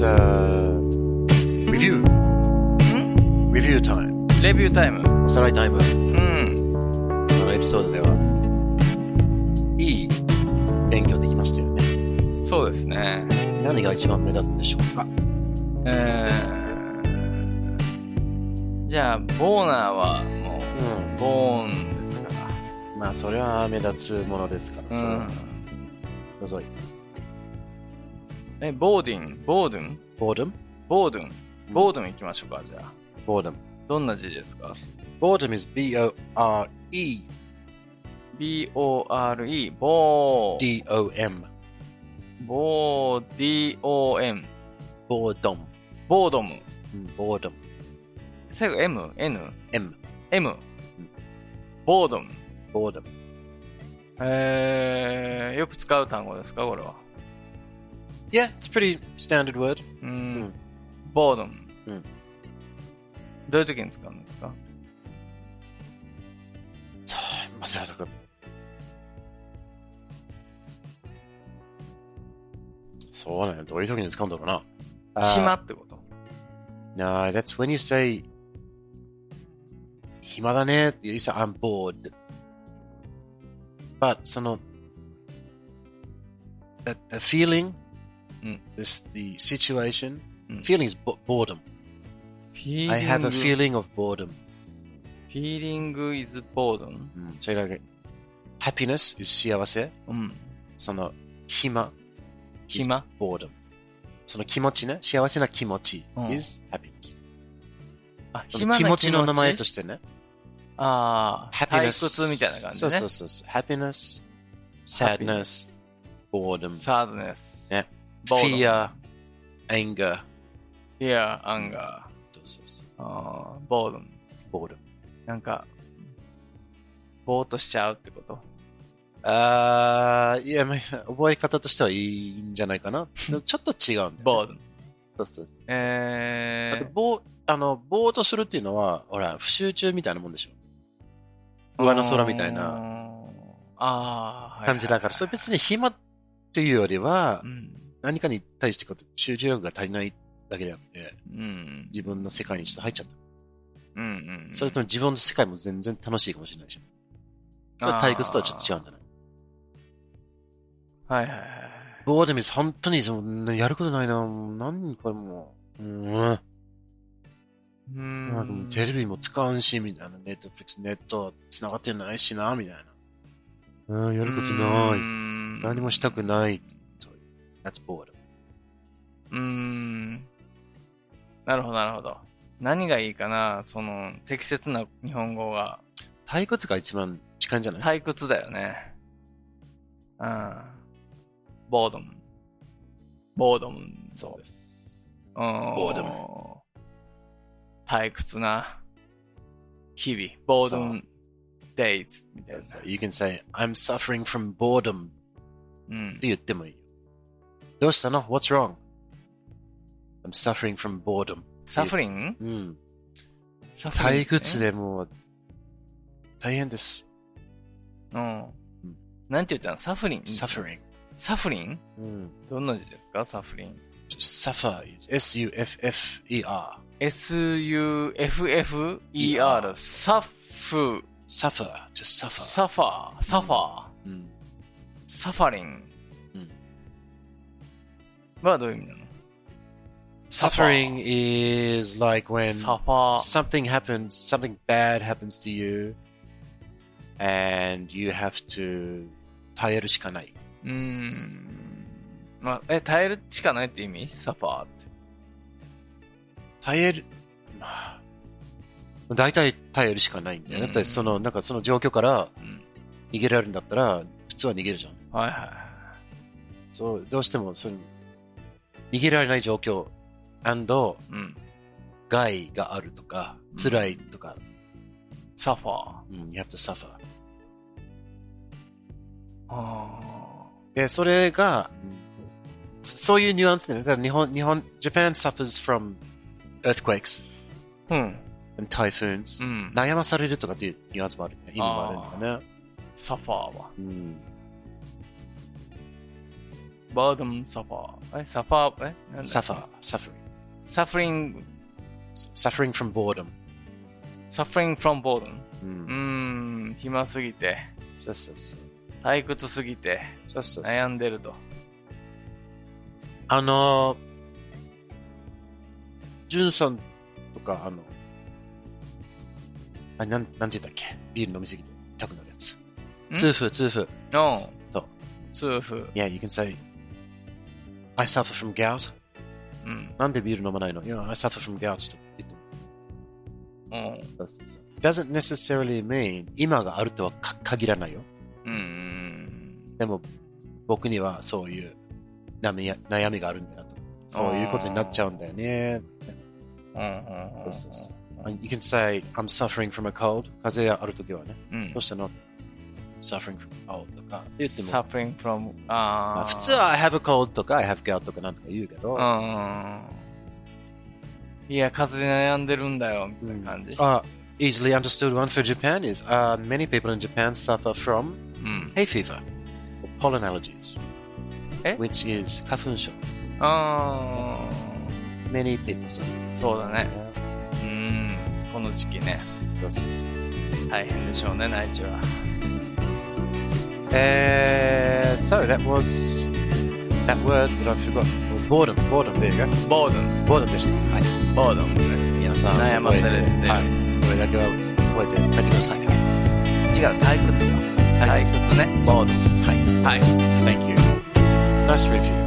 uh, Hmm? レビュータイム。おさらいタイム。うん。あのエピソードでは、いい E. 勉強できましたよね。そうですね。何が一番目立ったでしょうかえー、じゃあ、ボーナーはもう、うボーンですから。ん。まあ、それは目立つものですから、それはうん除いて。え、ボーディン、ボードゥンボードムボードゥンボードゥン行きましょうか、じゃあ。ボードム。どんな字ですか boredom is B-O-R-E-D-O-M. ?B-O-R-E、ボー、ボー、D-O-M、 boredom. ボードム。うん boredom. 最後、M、N、 M. M、ボードム。 boredom. えー、よく使う単語ですか、これは。 Yeah, it's a pretty standard word. ううんん。ボードム。うんどういう時に使うんですかそう、まさか。そうなの、どういう時に使うんだろうな。暇ってこと。 No, that's when you say 暇だね you say I'm bored. But その the, the feeling うん this the situation うん feeling is bo- boredom. I have a Feeling- feeling of boredom. Feeling is boredom. うんそれだけ Hmm. happiness is 幸せうん。その暇暇 boredom その気持ちね幸せな気持ちうん is happiness あ、その暇気持ちの名前として。してねああ、退 happiness 屈みたいな感じそうね。そうそうそう happiness sadness boredom sadness. ね boredom fear anger fear, anger, そうそうそう uh, boredom. boredom なんか、ぼーっとしちゃうってこと。あーいやまあ覚え方としてはいいんじゃないか なでもちょっと違うんだよね boredom. そうそうそうだっえてー、ぼーあのぼーっとするっていうのはほら不集中みたいなもんでしょ上の空みたいなうーん。ああ、感じだから、それ別に暇っていうよりはう、ん。何かに対してこう集中力が足りないだけであって、うん。自分の世界にちょっと入っちゃっうんうん。た。それとも自分の世界も全然楽しいかもしれないじゃん。それは退屈とはちょっと違うんじゃないはいはいはい。ボーデミス、本当にそのやることないな。もう何これもう。うん。うー。なんかもうんテレビも使うんし、みたいな。ネットフリックス、ネット繋がってないしな、みたいな。うん、やることうーない。ん何もしたくない。と That's boredom. うーん。なるほど、なるほど。何がいいかなその、適切な日本語が。退屈が一番近いんじゃない退屈だよね。うん。ボードム。ボードム。そうです。うん。ボードム退屈な日々。ボードム。デイズみたいな。 So You can say, I'm suffering from boredom うんっ。て言ってもいいよ。どうしたの ?What's wrong? I'm suffering from boredom. Hmm. サフリンうん。サフリン。退屈でもう、大変です。え。うん。なんて言ったのサフリン。 suffering. サフリンうん。どんな字ですかサフリン。 suffer is S-U-F-F-E-R. S-U-F-F-E-R。サフ、 suffer, to suffer. Hmm. サファー、サファー。うん。サファリンうんはどういう意味なの Suffering is like when サファー。 something happens, something bad happens to you, and you have to 耐えるしかない。うーん。まあ、え、耐えるしかないって意味サファーって。耐える、まあ、大体耐えるしかないんだよね。うんだってその、なんかその状況からうん逃げられるんだったら、普通は逃げるじゃん。はいはい。そう、どうしても、その、逃げられない状況、and、うん。害があるとか、ん辛いとか、サファー。あうん、you have to suffer。あで、それが、そそういうニュアンスだよね。だから日本、日本、Japan suffers from earthquakes ー。うん。 and typhoons、うん。悩まされるとかっていうニュアンスもあるね。意味もあるんだよね。サファーは。うん。バードンサファー。え、サファー、えなんだ suffer, suffering. サフリン、 suffering from boredom. suffering from boredom. う。うんーん、暇すぎて、そうそうそう。退屈すぎて、そうそうそう悩んでると。あの、ジュンさんとか、あの、あなんなんて言ったっけビール飲みすぎて痛くなるやつ。痛風、痛風。 No. そう痛風。 Yeah, you can say, I suffer from gout. うん。なんでビール飲まないの ?You know, I suffer from gout. と言ってもうん。そうそうそう Doesn't necessarily mean 今があるとはか限らないよ。うん。でも僕にはそういう悩みや悩みがあるんだなと。そういうことになっちゃうんだよね。うん。そうそうそう And You can say, I'm suffering from a cold. 風邪あるときはね。うん。うんどう。したの ?suffering from a cold とか言っても、 suffering from, まあああ。普通は I have a cold とか I have gout とかなんとか言うけど、うん。いや、風邪で悩んでるんだよ、みたいな感じ。 Uh, easily understood one for Japan is uh, many people in Japan suffer from うん。 hay fever or pollen allergies, Eh? which is 花粉症。あ Many people suffer. あ。そうだね。うん。この時期ね。そうそうそう。大変でしょうね、内地は。 Uh, so that was that word that I forgot was boredom. Boredom. There you go. ボードン、 Boredom でした。はい。ボードンね。皆さん悩ませる覚えてはい。これだけは覚えて帰ってください。違う、退屈だ。はい退屈ね。ボードン。はい。はい。 Thank you. Nice review.